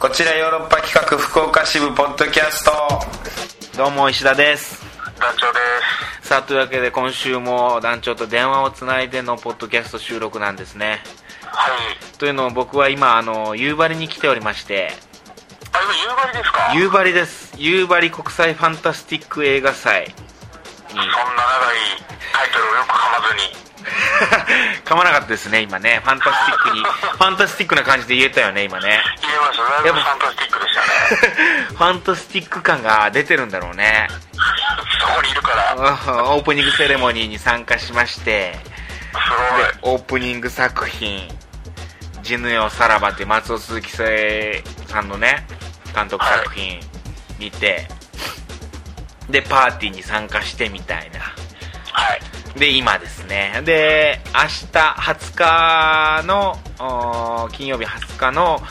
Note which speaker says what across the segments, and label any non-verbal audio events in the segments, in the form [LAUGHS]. Speaker 1: こちらヨーロッパ企画福岡支部ポッドキャスト
Speaker 2: どうも石田です
Speaker 3: 団長です
Speaker 2: さあというわけで今週も団長と電話をつないでのポッドキャスト収録なんですね
Speaker 3: はい
Speaker 2: というのを僕は今あの夕張に来ておりまして
Speaker 3: あ今夕張ですか
Speaker 2: 夕張です夕張国際ファンタスティック映画祭 [LAUGHS]
Speaker 3: そんな長いタイトルをよく噛まずに
Speaker 2: 噛まなかったですね今ねファンタスティックに [LAUGHS] ファンタスティックな感じで言えたよね今ね [LAUGHS]
Speaker 3: 言えますだいぶファンタスティックでしたね [LAUGHS]
Speaker 2: ファンタスティック感が出てるんだろうね
Speaker 3: そこにいるから
Speaker 2: うんオープニングセレモニーに参加しまして
Speaker 3: すごい
Speaker 2: でオープニング作品「ジヌよさらば」って松尾鈴木聖さんのね監督作品にて、でパーティーに参加してみたいな
Speaker 3: はい
Speaker 2: で今ですねで明日20日のおー金曜日20日の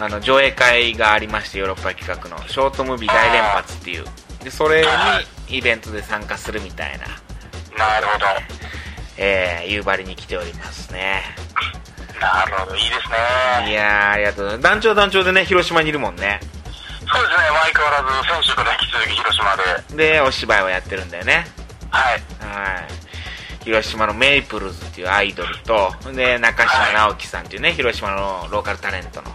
Speaker 2: あの上映会がありましてヨーロッパ企画のショートムービー大連発っていうでそれにイベントで参加するみたいな、
Speaker 3: なるほど
Speaker 2: えー夕張に来ておりますね
Speaker 3: なるほどいいです
Speaker 2: い
Speaker 3: ね
Speaker 2: やー、ありがとうございます。団長団長でね、広島にいるもんね。
Speaker 3: そうですね相変わらず先週から引き続き広島で
Speaker 2: で、お芝居をやってるんだよね。
Speaker 3: はい
Speaker 2: はい。広島のメイプルズっていうアイドルと、で、中島直樹さんっていうね、広島のローカルタレントの、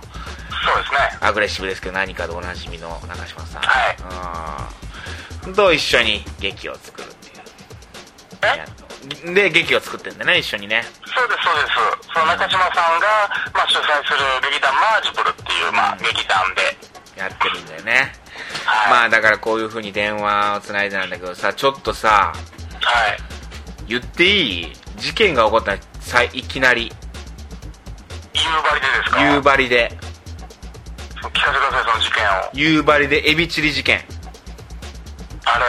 Speaker 3: そうですね
Speaker 2: アグレッシブですけど何かでおなじみの中島さん。うん。と一緒に劇を作るっていう。
Speaker 3: え
Speaker 2: で、劇を作ってんだよね、一緒にね。
Speaker 3: そうですそうですその中島さんが、まあ、主催する劇団マージブルっていう、まあ、劇団で
Speaker 2: やってるんだよね。
Speaker 3: はい、
Speaker 2: まあ、だからこういう風に電話をつないでなんだけどさ、ちょっとさ、
Speaker 3: はい
Speaker 2: 言っていい事件が起こったのさいきなり
Speaker 3: 夕張でですか
Speaker 2: 夕張で
Speaker 3: 聞かせてくださいその事件を
Speaker 2: 夕張でエビチリ事件
Speaker 3: あれ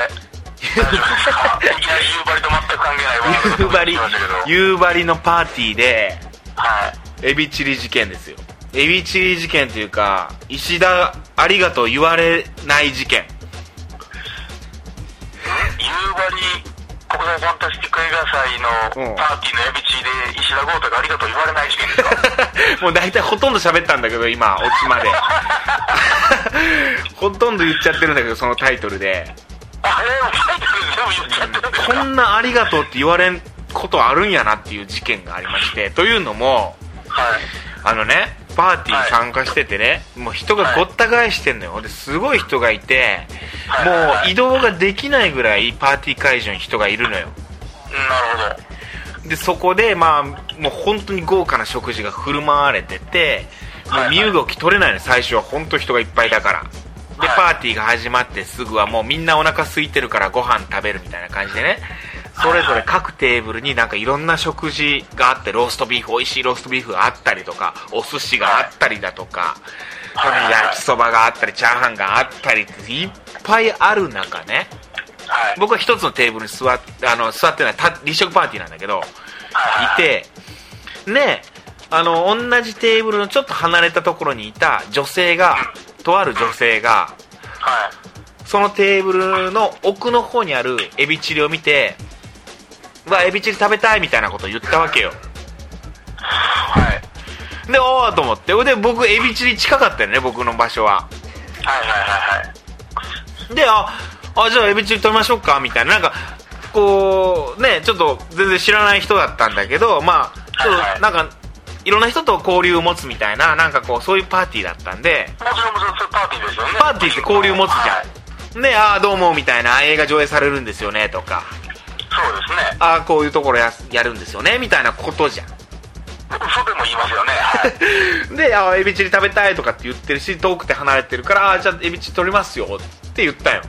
Speaker 3: 大丈夫ですかいきなり夕張と全く関係ないワー
Speaker 2: 夕
Speaker 3: ドが
Speaker 2: 張
Speaker 3: 出 [LAUGHS] てきましたけど
Speaker 2: 夕張のパーティーで
Speaker 3: はい
Speaker 2: エビチリ事件ですよエビチリ事件というか石田ありがとう言われない事件 [LAUGHS]
Speaker 3: 夕張国際ファンタスティック映画祭
Speaker 2: うん
Speaker 3: のパーティーのエビチリで石田豪太がありがとう言われない事件ですか
Speaker 2: もう大体ほとんど喋ったんだけど今オチまで [LAUGHS] ほとんど言っちゃってるんだけどそのタイトルで
Speaker 3: あれもタイトル全部言っちゃってるんです
Speaker 2: こんなありがとうって言われんことあるんやなっていう事件がありましてというのも
Speaker 3: かはい
Speaker 2: あのねパーティーに参加しててね、もう人がごった返してんのよ、ですごい人がいて、
Speaker 3: はい
Speaker 2: もう移動ができないぐらいパーティー会場に人がいるのよ
Speaker 3: なるほど
Speaker 2: でそこでまあもう本当に豪華な食事が振る舞われてても
Speaker 3: は
Speaker 2: う
Speaker 3: い
Speaker 2: 身動き取れないの最初は本当人がいっぱいだからで
Speaker 3: はい
Speaker 2: パーティーが始まってすぐはもうみんなお腹空いてるからご飯食べるみたいな感じでねそれぞれ各テーブルになんかいろんな食事があってローストビーフ美味しいローストビーフがあったりとかお寿司があったりだとかその焼きそばがあったりチャーハンがあったりっていっぱいある中ね
Speaker 3: はい
Speaker 2: 僕は一つのテーブルに座ってあの座ってないた立食パーティーなんだけどいてねあの同じテーブルのちょっと離れたところにいた女性がとある女性が
Speaker 3: はい
Speaker 2: そのテーブルの奥の方にあるエビチリを見て「うわエビチリ食べたい」みたいなことを言ったわけよ
Speaker 3: はい
Speaker 2: でおおと思ってで僕エビチリ近かったよね僕の場所は
Speaker 3: はいはいはいはい
Speaker 2: でああじゃあエビチリ取りましょうかみたいななんかこうねちょっと全然知らない人だったんだけどまあちょ
Speaker 3: は
Speaker 2: っ
Speaker 3: いは
Speaker 2: と
Speaker 3: い
Speaker 2: なんかいろんな人と交流を持つみたいななんかこうそういうパーティーだったんで
Speaker 3: もちろんもちろんそれパーティーですよね
Speaker 2: パーティーって交流を持つじ
Speaker 3: はい
Speaker 2: ゃんでああどうもみたいなあ映画上映されるんですよねとか
Speaker 3: そうですね
Speaker 2: ああこういうところややるんですよねみたいなことじゃん [LAUGHS]
Speaker 3: 嘘でも言いますよねはい
Speaker 2: で、あ、エビチリ食べたいとかって言ってるし、遠くて離れてるから、あ、じゃあエビチリ取りますよって言ったよ。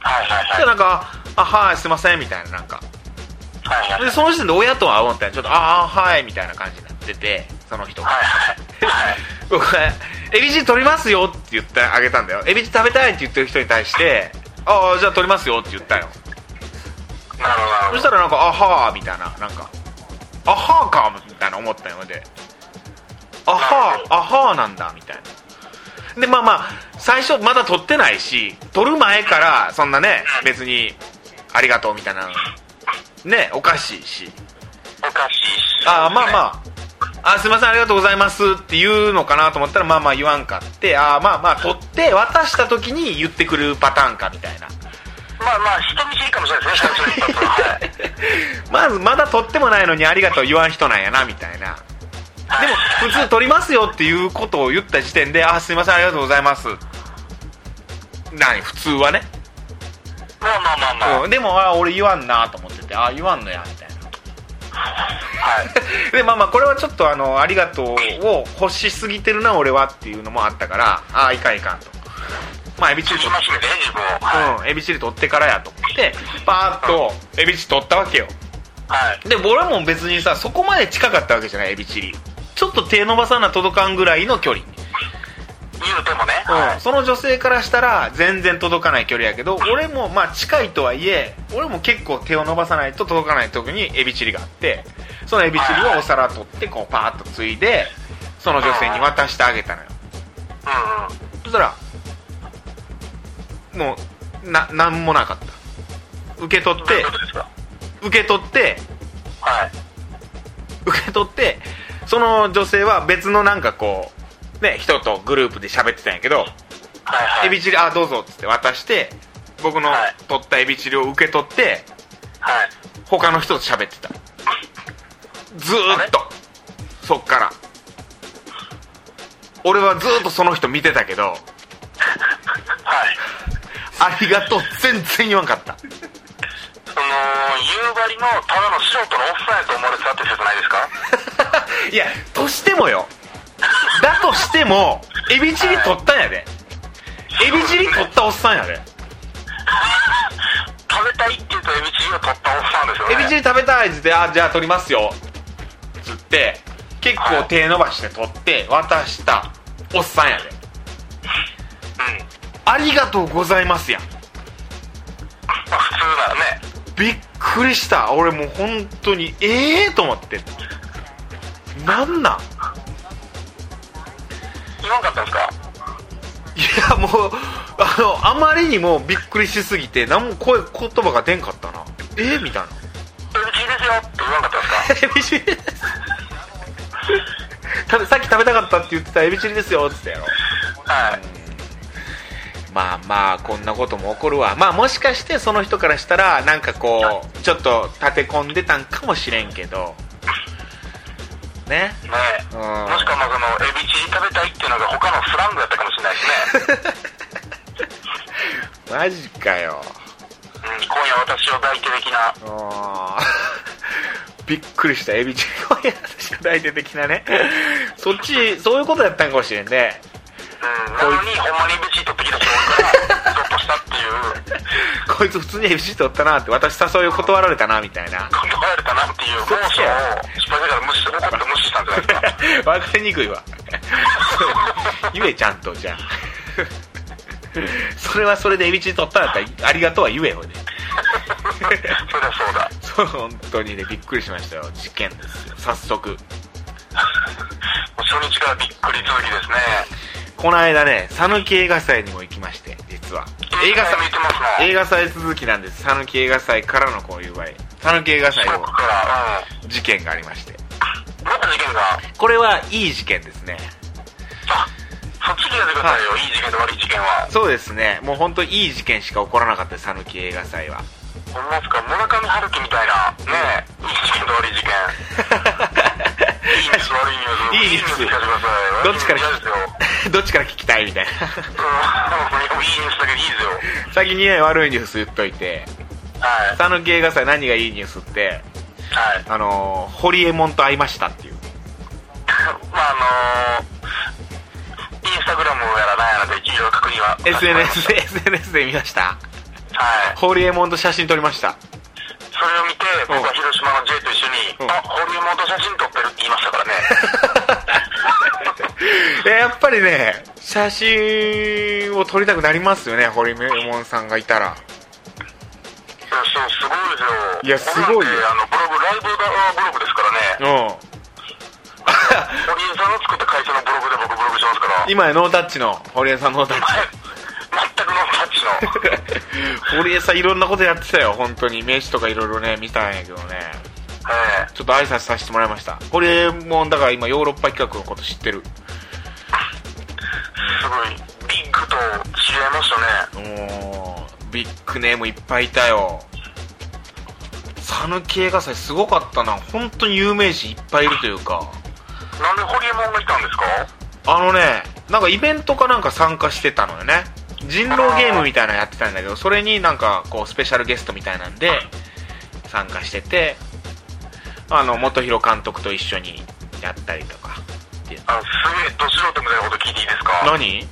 Speaker 3: はいはい
Speaker 2: で、
Speaker 3: はい
Speaker 2: なんか、あ、はい、すいません、みたいな、なんか。
Speaker 3: はいはい
Speaker 2: で、その時点で親とは会おうみたいな、ちょっと、ああ、はい、みたいな感じになってて、その人が。
Speaker 3: はいはい
Speaker 2: 僕はエビチリ取りますよって言ってあげたんだよ。エビチリ食べたいって言ってる人に対して、ああ、じゃあ取りますよって言ったよ。
Speaker 3: なるほどなるほ
Speaker 2: そ
Speaker 3: ど
Speaker 2: したらなんか、あはーみたいな、なんか、あはーかみたいな思ったので、あはー、あはーなんだ、みたいな。で、まあまあ、最初まだ撮ってないし、撮る前から、そんなね、別に、ありがとうみたいな、ね、おかしいし、
Speaker 3: おかしいし
Speaker 2: あーまあまあ、あすいませんありがとうございますって言うのかなと思ったらまあまあ言わんかってあまあまあ取って渡した時に言ってくるパターンかみたいな [LAUGHS]
Speaker 3: まあまあ、人見知りかもしれないですね、最初の一発は。はい。
Speaker 2: まずまだ取ってもないのにありがとう言わん人なんやなみたいなでも普通取りますよっていうことを言った時点であすいませんありがとうございます何普通はね、
Speaker 3: まあまあまあまあ。
Speaker 2: うんでもあ俺言わんなと思っててあ言わんのやみたいな
Speaker 3: はい。
Speaker 2: でまあまあこれはちょっとあのありがとうを欲しすぎてるな俺はっていうのもあったからああいかんいかんとまあエビチリ
Speaker 3: し
Speaker 2: 取
Speaker 3: ましね、自分を。は
Speaker 2: っ,、
Speaker 3: い。
Speaker 2: うん、エビチリ取ってからやと思ってパーッとエビチリ取ったわけよ
Speaker 3: はい。
Speaker 2: で俺も別にさそこまで近かったわけじゃないエビチリちょっと手伸ばさな届かんぐらいの距離、
Speaker 3: 言うてもね。は
Speaker 2: うん、
Speaker 3: い。
Speaker 2: その女性からしたら全然届かない距離やけど俺もまあ近いとはいえ俺も結構手を伸ばさないと届かない時にエビチリがあってそのエビチリをお皿取ってこうパーッとついでその女性に渡してあげたのよ
Speaker 3: うんうん。
Speaker 2: そしたらもうな何もなかった受け取っ
Speaker 3: どう
Speaker 2: て
Speaker 3: いうことですか
Speaker 2: 受け取って
Speaker 3: はい。
Speaker 2: 受け取ってその女性は別のなんかこうね人とグループで喋ってたんやけど
Speaker 3: はいはい。
Speaker 2: エビチリあどうぞっつって渡して僕の
Speaker 3: はい
Speaker 2: 取ったエビチリを受け取って
Speaker 3: はい。
Speaker 2: 他の人と喋ってたずーっとそっから俺はずーっとその人見てたけど
Speaker 3: はい。
Speaker 2: ありがとう全然言わんか
Speaker 3: [LAUGHS]
Speaker 2: った
Speaker 3: その、夕張のただの素人のおっさんやと思われてたって説ないですか
Speaker 2: いやとしてもよだとしてもエビチリ取ったんやでエビチリ取ったおっさんやで
Speaker 3: 食べたいって言うとエビチリを取ったおっさんですよ
Speaker 2: エ
Speaker 3: ね。
Speaker 2: ビチリ食べたいっつってあじゃあ取りますよつって結構手伸ばして取って渡したおっさんやで
Speaker 3: うん。
Speaker 2: ありがとうございますやん
Speaker 3: まあ普通ならね。
Speaker 2: びっくりした俺もう本当にええー、と思ってなんなん
Speaker 3: 言わんかったんですか
Speaker 2: いやもうあのあまりにもびっくりしすぎて何も声言葉が出んかったなええー、みたいな
Speaker 3: エビチリですよって言わんかったんですか
Speaker 2: エビチリです [LAUGHS] 食べさっき食べたかったって言ってたエビチリですよっつったやろ
Speaker 3: はい。
Speaker 2: まあまあこんなことも起こるわまあもしかしてその人からしたらなんかこうちょっと立て込んでたんかもしれんけどね
Speaker 3: ねえ。
Speaker 2: うん
Speaker 3: もしくはまあその、エビチリ食べたいっていうのが他のスラングだったかもしれないですね。
Speaker 2: マジかよ
Speaker 3: うん、今夜私を抱いて的な。
Speaker 2: うーん [LAUGHS] びっくりしたエビチリのやつしかないで的なねそっちそういうことやったんかもしれんね
Speaker 3: うん。なのに、ほんまにエビチリ取ってきた人が、ゾッとしたって
Speaker 2: [LAUGHS]
Speaker 3: いう、
Speaker 2: こいつ普通にエビチリ取ったなって私誘いを断られたなみたいな
Speaker 3: 断られたなっていうモーションを、失敗だから無視して、怒って無視したんじゃないです
Speaker 2: [LAUGHS]
Speaker 3: か。
Speaker 2: わかりにくいわ言えちゃんとじゃあ [LAUGHS] それはそれでエビチリ取ったんだったらありがとうは言えよね
Speaker 3: そりゃそうだ。
Speaker 2: そう本当にねびっくりしましたよ事件ですよ早速
Speaker 3: もう初日からびっくり続きですね。
Speaker 2: この間ね讃岐映画祭にも行きまして実は映画
Speaker 3: 向い
Speaker 2: 祭
Speaker 3: てますね。
Speaker 2: 映画祭続きなんです讃岐映画祭からのこういう場合讃岐映画祭
Speaker 3: 四
Speaker 2: の
Speaker 3: 国から、うん。
Speaker 2: 事件がありまして
Speaker 3: どんな事件が、
Speaker 2: これはいい事件ですね
Speaker 3: あ、そっち聞いてくださいよ。いい事件と悪い事件は。
Speaker 2: そうですねもう本当いい事件しか起こらなかったです讃岐映画祭は
Speaker 3: 思いますか村上春樹みたいな、ねえ、いい事件と悪い事件。いいニュース、悪
Speaker 2: [LAUGHS] い
Speaker 3: いニュース。
Speaker 2: いニュース
Speaker 3: 聞かせてください。
Speaker 2: どっちから
Speaker 3: いいニュース嫌です
Speaker 2: [LAUGHS]
Speaker 3: よ。
Speaker 2: どっちから聞きたいみたい
Speaker 3: うん、い [LAUGHS] いニュースだけどいいですよ。
Speaker 2: な [LAUGHS] 先にね悪いニュース言っといて
Speaker 3: はい。
Speaker 2: 讃岐映画祭何がいいニュースって
Speaker 3: はい。
Speaker 2: あのー、ホリエモンと会いましたっていう
Speaker 3: まあ、あのー、インスタグラムやらなんやらで、いろいろ確認は。 [LAUGHS]
Speaker 2: SNS で SNS で見ました
Speaker 3: はい。
Speaker 2: ホリエモンと写真撮りました [LAUGHS]
Speaker 3: それを見て、僕は広島の J と一緒に、
Speaker 2: うん
Speaker 3: あ、ホリエモンと写真撮ってるって言いましたからね。
Speaker 2: でやっぱりね写真を撮りたくなりますよねホリエモンさんがいたら
Speaker 3: いやそう、すご
Speaker 2: [LAUGHS] いや
Speaker 3: いですよ。
Speaker 2: すごいよ
Speaker 3: 僕なんてあの、ブログ、ライブがブログですからね。
Speaker 2: うん
Speaker 3: 堀江さんの作った会社のブログで僕ブログしますから。
Speaker 2: 今やノータッチの堀江さんノータッチ [LAUGHS]
Speaker 3: 全くノータッチの。
Speaker 2: 堀江さんいろんなことやってたよ本当に名刺とかいろいろね見たんやけどね
Speaker 3: ええ
Speaker 2: ちょっと挨拶させてもらいましたこれもだから今ヨーロッパ企画のこと知ってる
Speaker 3: すごいビッグと知り合いましたね
Speaker 2: もうビッグネームいっぱいいたよ讃岐映画祭すごかったな本当に有名人いっぱいいるというか
Speaker 3: なんでホリエモンがいたんですか
Speaker 2: あのねなんかイベントかなんか参加してたのよね人狼ゲームみたいなのやってたんだけどそれになんかこうスペシャルゲストみたいなんで参加しててあの元弘監督と一緒にやったりとかっていう
Speaker 3: あのすげえど素人みたいなこと聞いていいですか
Speaker 2: 何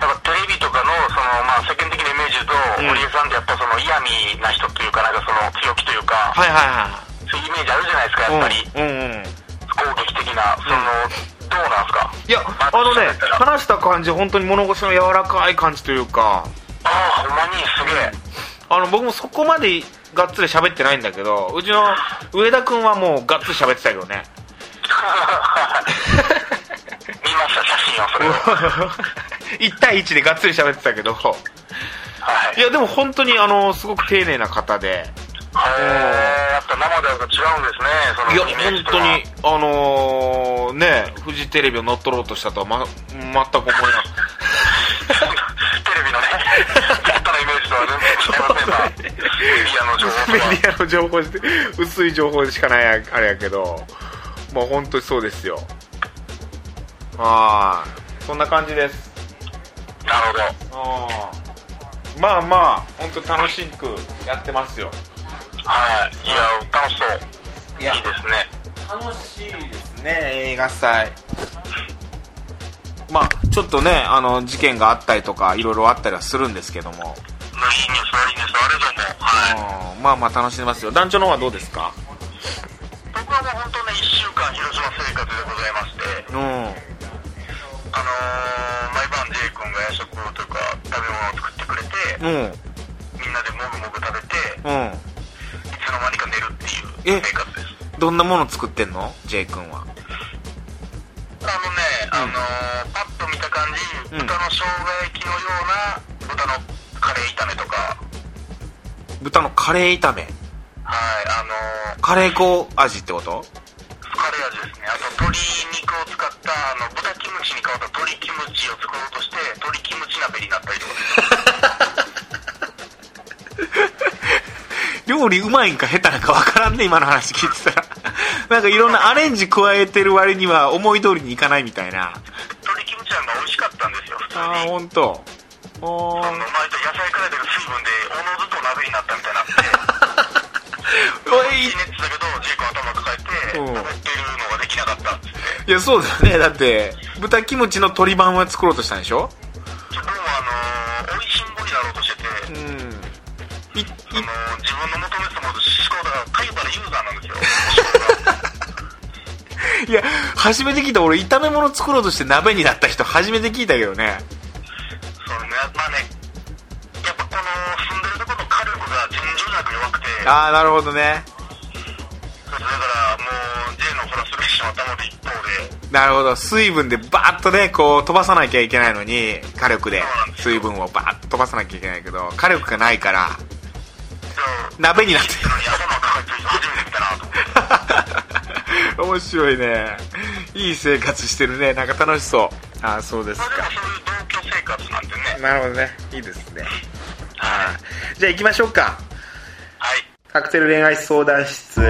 Speaker 3: なんかテレビとかのその、まあ、世間的なイメージだと、
Speaker 2: うん
Speaker 3: 堀江さんってやっぱその嫌味な人というか、なんかその強気というか、
Speaker 2: はいは
Speaker 3: そういうイメージあるじゃないですか、
Speaker 2: い
Speaker 3: やっぱ
Speaker 2: はい
Speaker 3: り、
Speaker 2: うんうんうん
Speaker 3: 攻撃的な、その、どうなんすか
Speaker 2: いやあのね話した感じ本当に物腰の柔らかい感じというか
Speaker 3: ああ、ほんまにすげえ。
Speaker 2: あの僕もそこまでがっつり喋ってないんだけどうちの上田君はもうがっつり喋ってたけどね
Speaker 3: [LAUGHS]
Speaker 2: [LAUGHS]
Speaker 3: 見ました、写真を、それを。
Speaker 2: 1対1でがっつり喋ってたけど
Speaker 3: はい
Speaker 2: い。やでも本当にあのすごく丁寧な方で
Speaker 3: へえ、やっぱ生でやると違うんですね、
Speaker 2: い
Speaker 3: その
Speaker 2: や
Speaker 3: イメー
Speaker 2: 本
Speaker 3: ジと
Speaker 2: 当
Speaker 3: は。
Speaker 2: にあのーねフジテレビを乗っ取ろうとしたとは、ま、全く思えなかった
Speaker 3: [LAUGHS] テレビのね、やったのイメージとは
Speaker 2: [LAUGHS]
Speaker 3: 全然違いませんが、メディアの情報と
Speaker 2: メデ
Speaker 3: は。
Speaker 2: ィアの情報で薄い情報しかないやあれやけどまあ本当にそうですよああそんな感じです
Speaker 3: なるほど。
Speaker 2: あーまあまあ本当楽しくやってますよ
Speaker 3: はい。いや、楽しそう。
Speaker 2: い
Speaker 3: いいですね。
Speaker 2: 楽しいですね映画祭まあちょっとねあの事件があったりとかいろいろあったりはするんですけども
Speaker 3: いいニュース、いいニュース、あれども。はい。
Speaker 2: うんまあまあ楽しんでますよ団長の方はどうですか
Speaker 3: 僕はもう本当ね、1週間広島生活でございまして、
Speaker 2: うんは
Speaker 3: あのー、毎晩 J 君が夜食をというか、食べ物を作ってくれて、
Speaker 2: うん
Speaker 3: みんなでもぐもぐ食べて、
Speaker 2: うん
Speaker 3: いつの間にか寝るっていう生活です。
Speaker 2: どんなもの作ってんの J 君は
Speaker 3: あのね、あのー、パッと見た感
Speaker 2: う
Speaker 3: じ、
Speaker 2: ん
Speaker 3: 豚の生姜焼きのような豚のカレー炒めとか、
Speaker 2: 豚のカレー炒め
Speaker 3: はい、あのー、
Speaker 2: カレー粉味ってこと
Speaker 3: カレー味ですねあと鶏肉を使ったあの豚キムチに変わった鶏キムチを作ろうとして鶏キムチ鍋になったりとかです
Speaker 2: 料理うまいんか下手なんかわからんね今の話聞いてたら [LAUGHS] なんかいろんなアレンジ加えてる割には思い通りにいかないみたいな
Speaker 3: 鶏キムチ鍋が美味しかったんですよ普通
Speaker 2: ああ
Speaker 3: に
Speaker 2: 本当。お
Speaker 3: あ
Speaker 2: ー
Speaker 3: の前と野菜から出る水分でおのずと鍋になったみたいになって
Speaker 2: おい
Speaker 3: 地熱だけどジェイ君頭抱えて
Speaker 2: うん
Speaker 3: 食べてるのができなかったっつって
Speaker 2: いやそうだよねだって豚キムチの鶏版は作ろうとしたんでしょ
Speaker 3: 僕もあの美味しんぼになろうとして
Speaker 2: うんい
Speaker 3: て
Speaker 2: い
Speaker 3: あの自分の求めてたものと思考だからかゆばのユーザーなんですよ
Speaker 2: いや初めて聞いた俺炒め物作ろうとして鍋になった人初めて聞いたけどね
Speaker 3: そのねまあねやっぱこの住んでるところの火力が尋常じゃなく弱くて
Speaker 2: ああなるほどね
Speaker 3: だからもう J のフラストレーション頭で一方で
Speaker 2: なるほど水分でバーッとねこう飛ばさなきゃいけないのに火力で水分をバーッと飛ばさなきゃいけないけど火力がないから
Speaker 3: じゃあ
Speaker 2: 鍋になってる [LAUGHS]
Speaker 3: のに頭抱えてる人初めて見たなと思って
Speaker 2: 面白いねいい生活してるねなんか楽しそうああそうです
Speaker 3: まあでも
Speaker 2: か
Speaker 3: そういう同居生活なんてね
Speaker 2: なるほどねいいですね
Speaker 3: はい
Speaker 2: じゃあ行きましょうか
Speaker 3: はい
Speaker 2: カクテル恋愛相談室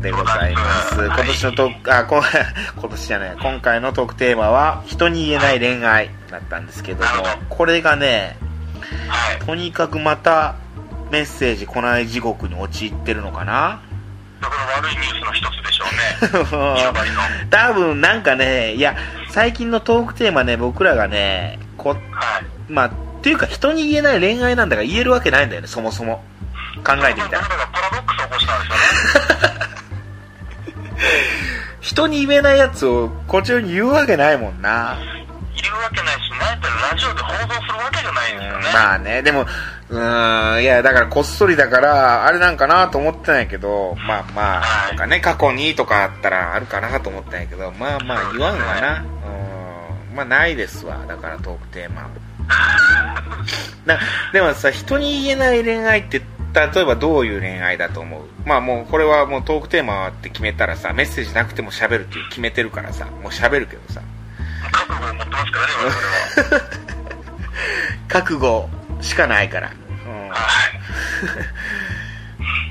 Speaker 2: でございます
Speaker 3: はい
Speaker 2: 今年のトークあこん [LAUGHS] 今年じゃない今回のトークテーマは「人に言えない恋愛」だったんですけども
Speaker 3: なるほ
Speaker 2: これがね
Speaker 3: はい
Speaker 2: とにかくまたメッセージ来ない地獄に陥ってるのかな
Speaker 3: だから悪いニュースの一つでしょうね
Speaker 2: [LAUGHS]
Speaker 3: やばいのはい
Speaker 2: 多分なんかねいや最近のトークテーマね僕らがねこまあっていうか人に言えない恋愛なんだから言えるわけないんだよねそもそも考えてみたら
Speaker 3: 僕らがパラドックスを起こしたんですよね
Speaker 2: 人に言えないやつをこちらに言うわけないもんな、
Speaker 3: いるわけないしなんやったらラジオで放送するわけじゃないんですよね、
Speaker 2: まあねでもうーんいやだからこっそりだからあれなんかなと思ってないけどまあまあ
Speaker 3: はい
Speaker 2: なんかね過去にとかあったらあるかなと思ったんやけどまあまあ言わんわなうんまあないですわだからトークテーマなでもさ人に言えない恋愛って例えばどういう恋愛だと思うまあもうこれはもうトークテーマって決めたらさメッセージなくても喋るっていう決めてるからさもう喋るけどさ
Speaker 3: 覚悟を持ってますからね、我々は。
Speaker 2: [LAUGHS] 覚悟しかないから、
Speaker 3: はい。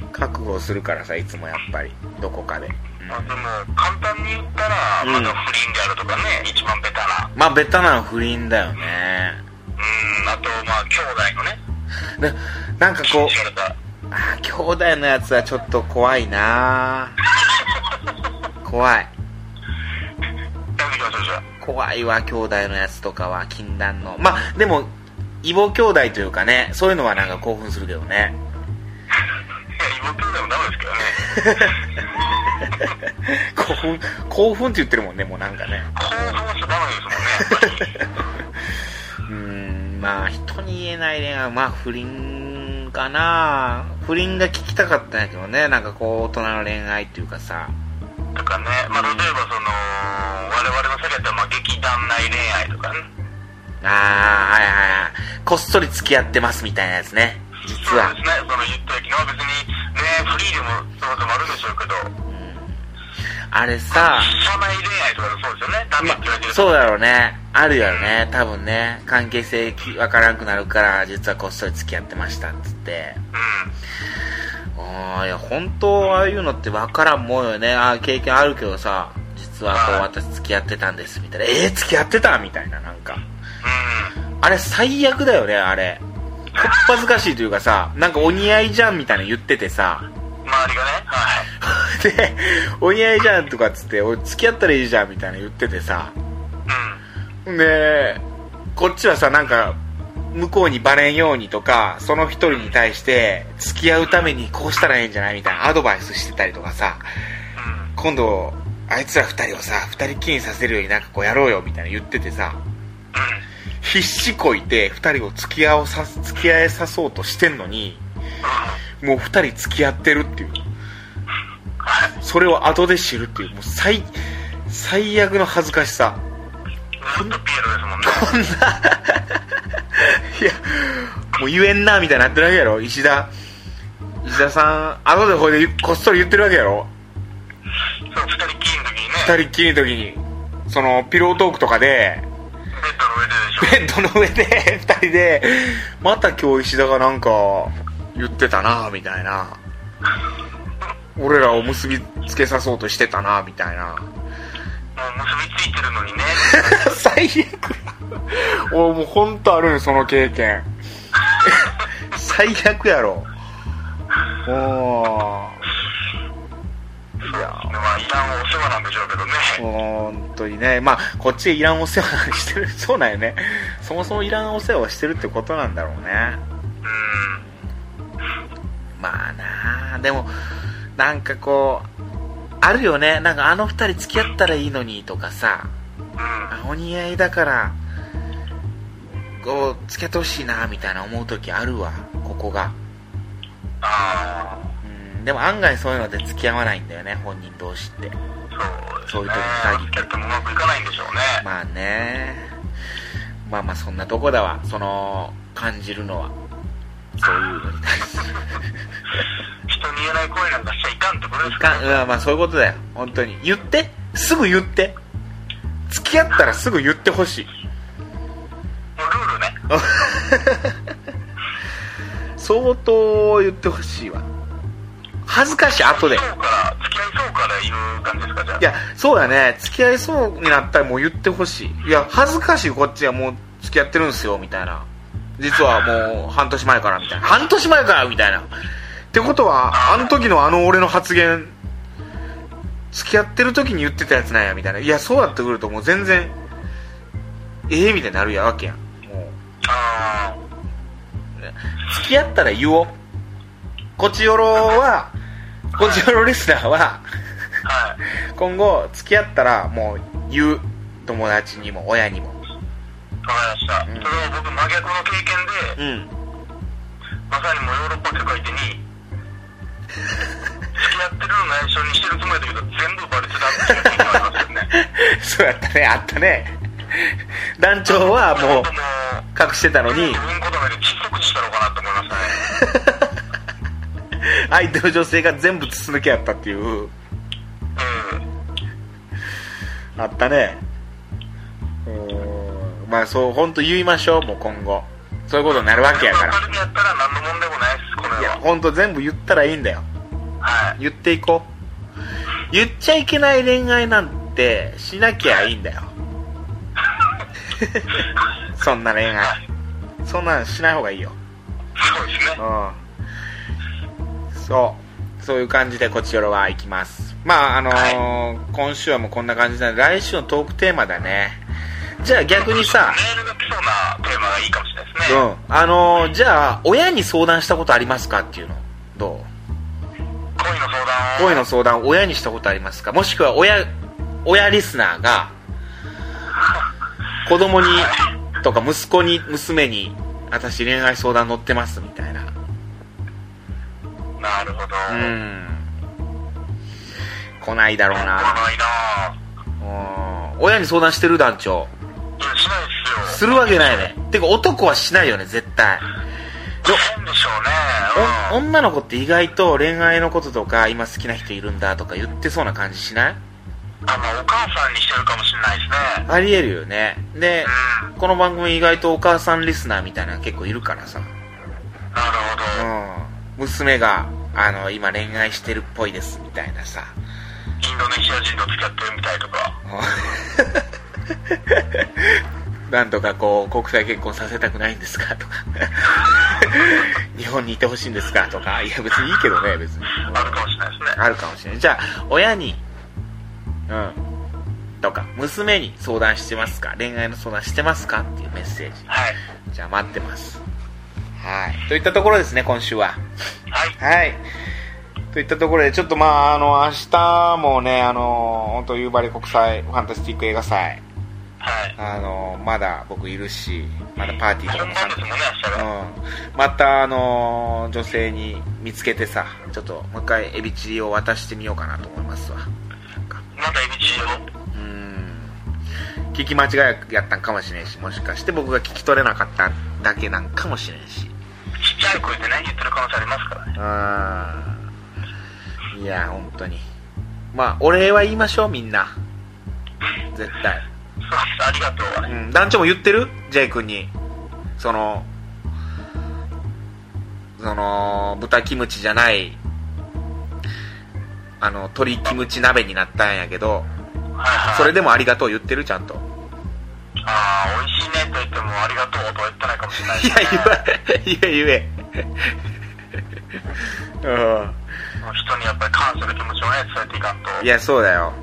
Speaker 2: うん、覚悟をするからさいつもやっぱりどこかで、うん
Speaker 3: まあ、でも、簡単に言ったら、
Speaker 2: うん
Speaker 3: まだ不倫であるとかね、一番ベタな。
Speaker 2: まあベタなの不倫だよね
Speaker 3: うん、あと、まあ、兄弟のね、
Speaker 2: ななんかこ
Speaker 3: 禁止された。
Speaker 2: うあー兄弟のやつはちょっと怖いな怖い
Speaker 3: やめてきましょう、じゃあ。
Speaker 2: 怖いわ兄弟のやつとかは禁断のまあでも異母兄弟というかねそういうのはなんか興奮するけどね
Speaker 3: いや、妹でもダメですけどね。
Speaker 2: 興奮興奮って言ってるもんねもうなんかね
Speaker 3: 興奮しちゃダメですもんね、やっぱり。
Speaker 2: うーんまあ人に言えない恋愛はまあ不倫かな不倫が聞きたかったんやけどねなんかこう大人の恋愛っていうかさ
Speaker 3: とかね、まあ、例えばその、我々の世界では、まあ、劇団内恋愛とかね。
Speaker 2: ああはいはいはいこっそり付き合ってますみたいなやつね実は
Speaker 3: そうですね、その言った時のは別に、恋愛フリーでも、そうでもあるんでしょうけど、
Speaker 2: あれさ
Speaker 3: 社内恋愛とかでそうですよね、ダメ
Speaker 2: ま
Speaker 3: って言われてる。
Speaker 2: そうだろうねあるよね多分ね関係性きわからんくなるから実はこっそり付き合ってましたっつって
Speaker 3: うん。
Speaker 2: ああいや本当ああいうのってわからんもんよねああ経験あるけどさ実はこう
Speaker 3: はい
Speaker 2: 私付き合ってたんですみたいなえー、付き合ってたみたいななんか
Speaker 3: うん。
Speaker 2: あれ最悪だよねあれこっぱずかしいというかさなんかお似合いじゃんみたいな言っててさ [LAUGHS]
Speaker 3: 周りがね、はい。
Speaker 2: でお似合いじゃんとかっつって俺付き合ったらいいじゃんみたいな言っててさ
Speaker 3: うん。
Speaker 2: でこっちはさなんか向こうにバレんようにとかその一人に対して付き合うためにこうしたらいいんじゃないみたいなアドバイスしてたりとかさ
Speaker 3: うん。
Speaker 2: 今度あいつら二人をさ二人きりにさせるようになんかこうやろうよみたいな言っててさ
Speaker 3: うん。
Speaker 2: 必死こいて二人を付き合おうさ付き合えさそうとしてんのにもう二人付き合ってるっていうそれを後で知るっていうもう最最悪の恥ずかしさ
Speaker 3: ずっとピエロですもんね。
Speaker 2: [LAUGHS] いや、もう言えんな、みたいになってるわけやろ、石田。石田さん、後でこれでこっそり言ってるわけやろ。
Speaker 3: そう、二人きりの時にね、
Speaker 2: 二人っきりの時に、その、ピロートークとかで、
Speaker 3: ベッドの上で
Speaker 2: ベ
Speaker 3: でしょ。
Speaker 2: ッドの上で、 [LAUGHS] 二人で、また今日石田がなんか、言ってたな、みたいな。俺らを結びつけさそうとしてたな、みたいな。
Speaker 3: もう結びついてるのにね。
Speaker 2: [LAUGHS] 最悪や。俺もうほんとあるよ、その経験。 [LAUGHS] 最悪やろ。おー。いや
Speaker 3: まあ、いらんお世話なんでしょうけどね。
Speaker 2: 本当にね、まあ、こっちでいらんお世話してる、 [LAUGHS] そうなんよね、そもそもいらんお世話をしてるってことなんだろうね、
Speaker 3: うん。
Speaker 2: まあなあ、でも、なんかこう、あるよね、なんかあの二人付き合ったらいいのにとかさ、
Speaker 3: うん。
Speaker 2: あお似合いだから、こう、付き合ってほしいなみたいな思う時あるわ、ここが。
Speaker 3: ああ、
Speaker 2: うん、でも案外そういうので付き合わないんだよね、本人同士って。そ
Speaker 3: そうう
Speaker 2: いう
Speaker 3: ですね
Speaker 2: 時に限って。
Speaker 3: やってもうまくいかないんでしょうね。
Speaker 2: まあねまあまあそんなとこだわその感じるのはそういうのに対して
Speaker 3: 人に言えない声なんかしちゃいかんってことですから
Speaker 2: か、うん、まあそういうことだよ本当に言ってすぐ言って付き合ったらすぐ言ってほしい [LAUGHS]
Speaker 3: もうルールね。
Speaker 2: 相当言ってほしいわ恥ずかしい後で
Speaker 3: そうから、付き合いそうから言う感じですか、じゃあ。
Speaker 2: いやそうだね付き合いそうになったらもう言ってほしいいや恥ずかしいこっちはもう付き合ってるんすよみたいな実はもう半年前からみたいな半年前からみたいなってことはあの時のあの俺の発言付き合ってる時に言ってたやつなんやみたいないやそうやってくるともう全然ええみたいになるやわけやんも
Speaker 3: あ
Speaker 2: う付き合ったら言おうこちよろはこちよろリスナーは
Speaker 3: あ、はい。
Speaker 2: 今後付き合ったらもう言う友達にも親にも
Speaker 3: わかりました。
Speaker 2: うん
Speaker 3: それは僕、真逆の経験で、
Speaker 2: うん
Speaker 3: まさにもうヨーロッパ世界でに、付き合ってるの内緒にしてるつもりだけど、全部バレてたっていう経験があります
Speaker 2: [LAUGHS]
Speaker 3: よね。
Speaker 2: [LAUGHS] そうやったねあったね団長はもう
Speaker 3: もう、
Speaker 2: 隠してたの
Speaker 3: うん
Speaker 2: に
Speaker 3: こだめで窒息死したのかなと思いましたね。
Speaker 2: 相手の女性が全部筒抜けやったっていう
Speaker 3: うん
Speaker 2: あったねうーんまあそう本当言いましょうもう今後そういうことになるわけ
Speaker 3: 全
Speaker 2: や
Speaker 3: 部
Speaker 2: から
Speaker 3: 明るくやったら何の問題もないですこ
Speaker 2: い
Speaker 3: れ
Speaker 2: や
Speaker 3: は
Speaker 2: 本当全部言ったらいいんだよ
Speaker 3: はい
Speaker 2: 言っていこう言っちゃいけない恋愛なんてしなきゃいいんだよ [LAUGHS] そんな恋愛
Speaker 3: はい
Speaker 2: そんなんしない方がいいよ
Speaker 3: そうですね
Speaker 2: うんそうそういう感じでこちらは行きますまああのー今週はもうこんな感じなんで来週のトークテーマだねじゃあ逆にさ
Speaker 3: メールが来そうなテーマがいいかもしれないです
Speaker 2: う
Speaker 3: ね、
Speaker 2: んあのーじゃあ親に相談したことありますかっていうのどう
Speaker 3: 恋の相談を
Speaker 2: 恋の相談を親にしたことありますかもしくは親親リスナーが子供にとか息子に娘に私恋愛相談乗ってますみたいな
Speaker 3: なるほ
Speaker 2: う
Speaker 3: ど、うん
Speaker 2: 来ないだろう
Speaker 3: 来
Speaker 2: な
Speaker 3: ないな
Speaker 2: うん親に相談してる団長
Speaker 3: うんしないです
Speaker 2: す
Speaker 3: よ
Speaker 2: るわけないねてか男はしないよね絶対
Speaker 3: 変でしょうね
Speaker 2: お
Speaker 3: うん
Speaker 2: 女の子って意外と恋愛のこととか今好きな人いるんだとか言ってそうな感じしない
Speaker 3: あのお母さんにしてるかもしれないですね
Speaker 2: ありえるよねで
Speaker 3: う
Speaker 2: この番組意外とお母さんリスナーみたいなの結構いるからさ
Speaker 3: んなるほ
Speaker 2: う
Speaker 3: ど、
Speaker 2: ん娘があの今恋愛してるっぽいですみたいなさ
Speaker 3: インドネシア人と付き合ってるみたいとか
Speaker 2: なんとかこう国際結婚させたくないんですかとか日本にいてほしいんですかとかいや別にいいけどね別に
Speaker 3: あるかもしれないですね
Speaker 2: あるかもしれないじゃあ親にうんとか娘に相談してますか恋愛の相談してますかっていうメッセージ
Speaker 3: はい
Speaker 2: じゃあ待ってますはいといったところですね今週は
Speaker 3: はい
Speaker 2: はい。といったところで、ちょっとまあ、あの、明日もね、あの、本当夕張国際ファンタスティック映画祭、
Speaker 3: はい
Speaker 2: あの、まだ僕いるし、まだパーティーとかも
Speaker 3: 本
Speaker 2: 参
Speaker 3: 番です
Speaker 2: 加
Speaker 3: もんね明日が
Speaker 2: うん。また、あの、女性に見つけてさ、ちょっともう一回エビチリを渡してみようかなと思いますわ。なんか
Speaker 3: またエビチリを
Speaker 2: うん。聞き間違いやったんかもしれんし、もしかして僕が聞き取れなかっただけなんかもしれんし。
Speaker 3: ちっちゃい声でね言ってる可能性ありますからね
Speaker 2: うんいや本当にまあお礼は言いましょうみんな絶対、
Speaker 3: そうですありがとうは
Speaker 2: う
Speaker 3: ね
Speaker 2: ん、団長も言ってる J 君にそのその豚キムチじゃないあの鶏キムチ鍋になったんやけど
Speaker 3: はいはい
Speaker 2: それでもありがとう言ってるちゃんと
Speaker 3: ああ美味しいねと言ってもありがとうとは言ってないかもしれない
Speaker 2: いや
Speaker 3: ですね
Speaker 2: 言え言え言えうん
Speaker 3: 人にやっぱり感謝の気持ちをね伝えていかんと
Speaker 2: いや、そうだよ。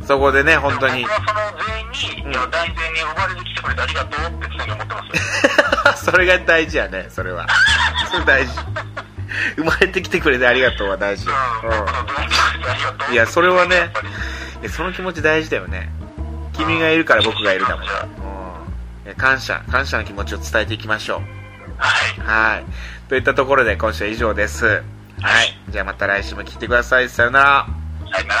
Speaker 2: うん。そこでね、本当
Speaker 3: で
Speaker 2: に
Speaker 3: も。僕はその全員
Speaker 2: うん
Speaker 3: に、いや大全員に呼ばれてきてくれてありがとうって常に思ってます
Speaker 2: [LAUGHS]
Speaker 3: よ
Speaker 2: それが大事やね、それは。それ大事。生まれてきてくれてありがとうは大事。
Speaker 3: うん僕の全員に来てくれてありがとう
Speaker 2: いやそれはね
Speaker 3: やっぱ
Speaker 2: う
Speaker 3: り
Speaker 2: んいやその気持ち大事だよね。君がいるから僕がいるだもん。うんいや感謝、感謝の気持ちを伝えていきましょ
Speaker 3: は
Speaker 2: う。はい。といったところで今週は以上です。はい。じゃあまた来週も聞いてください。さよなら。
Speaker 3: いさよなら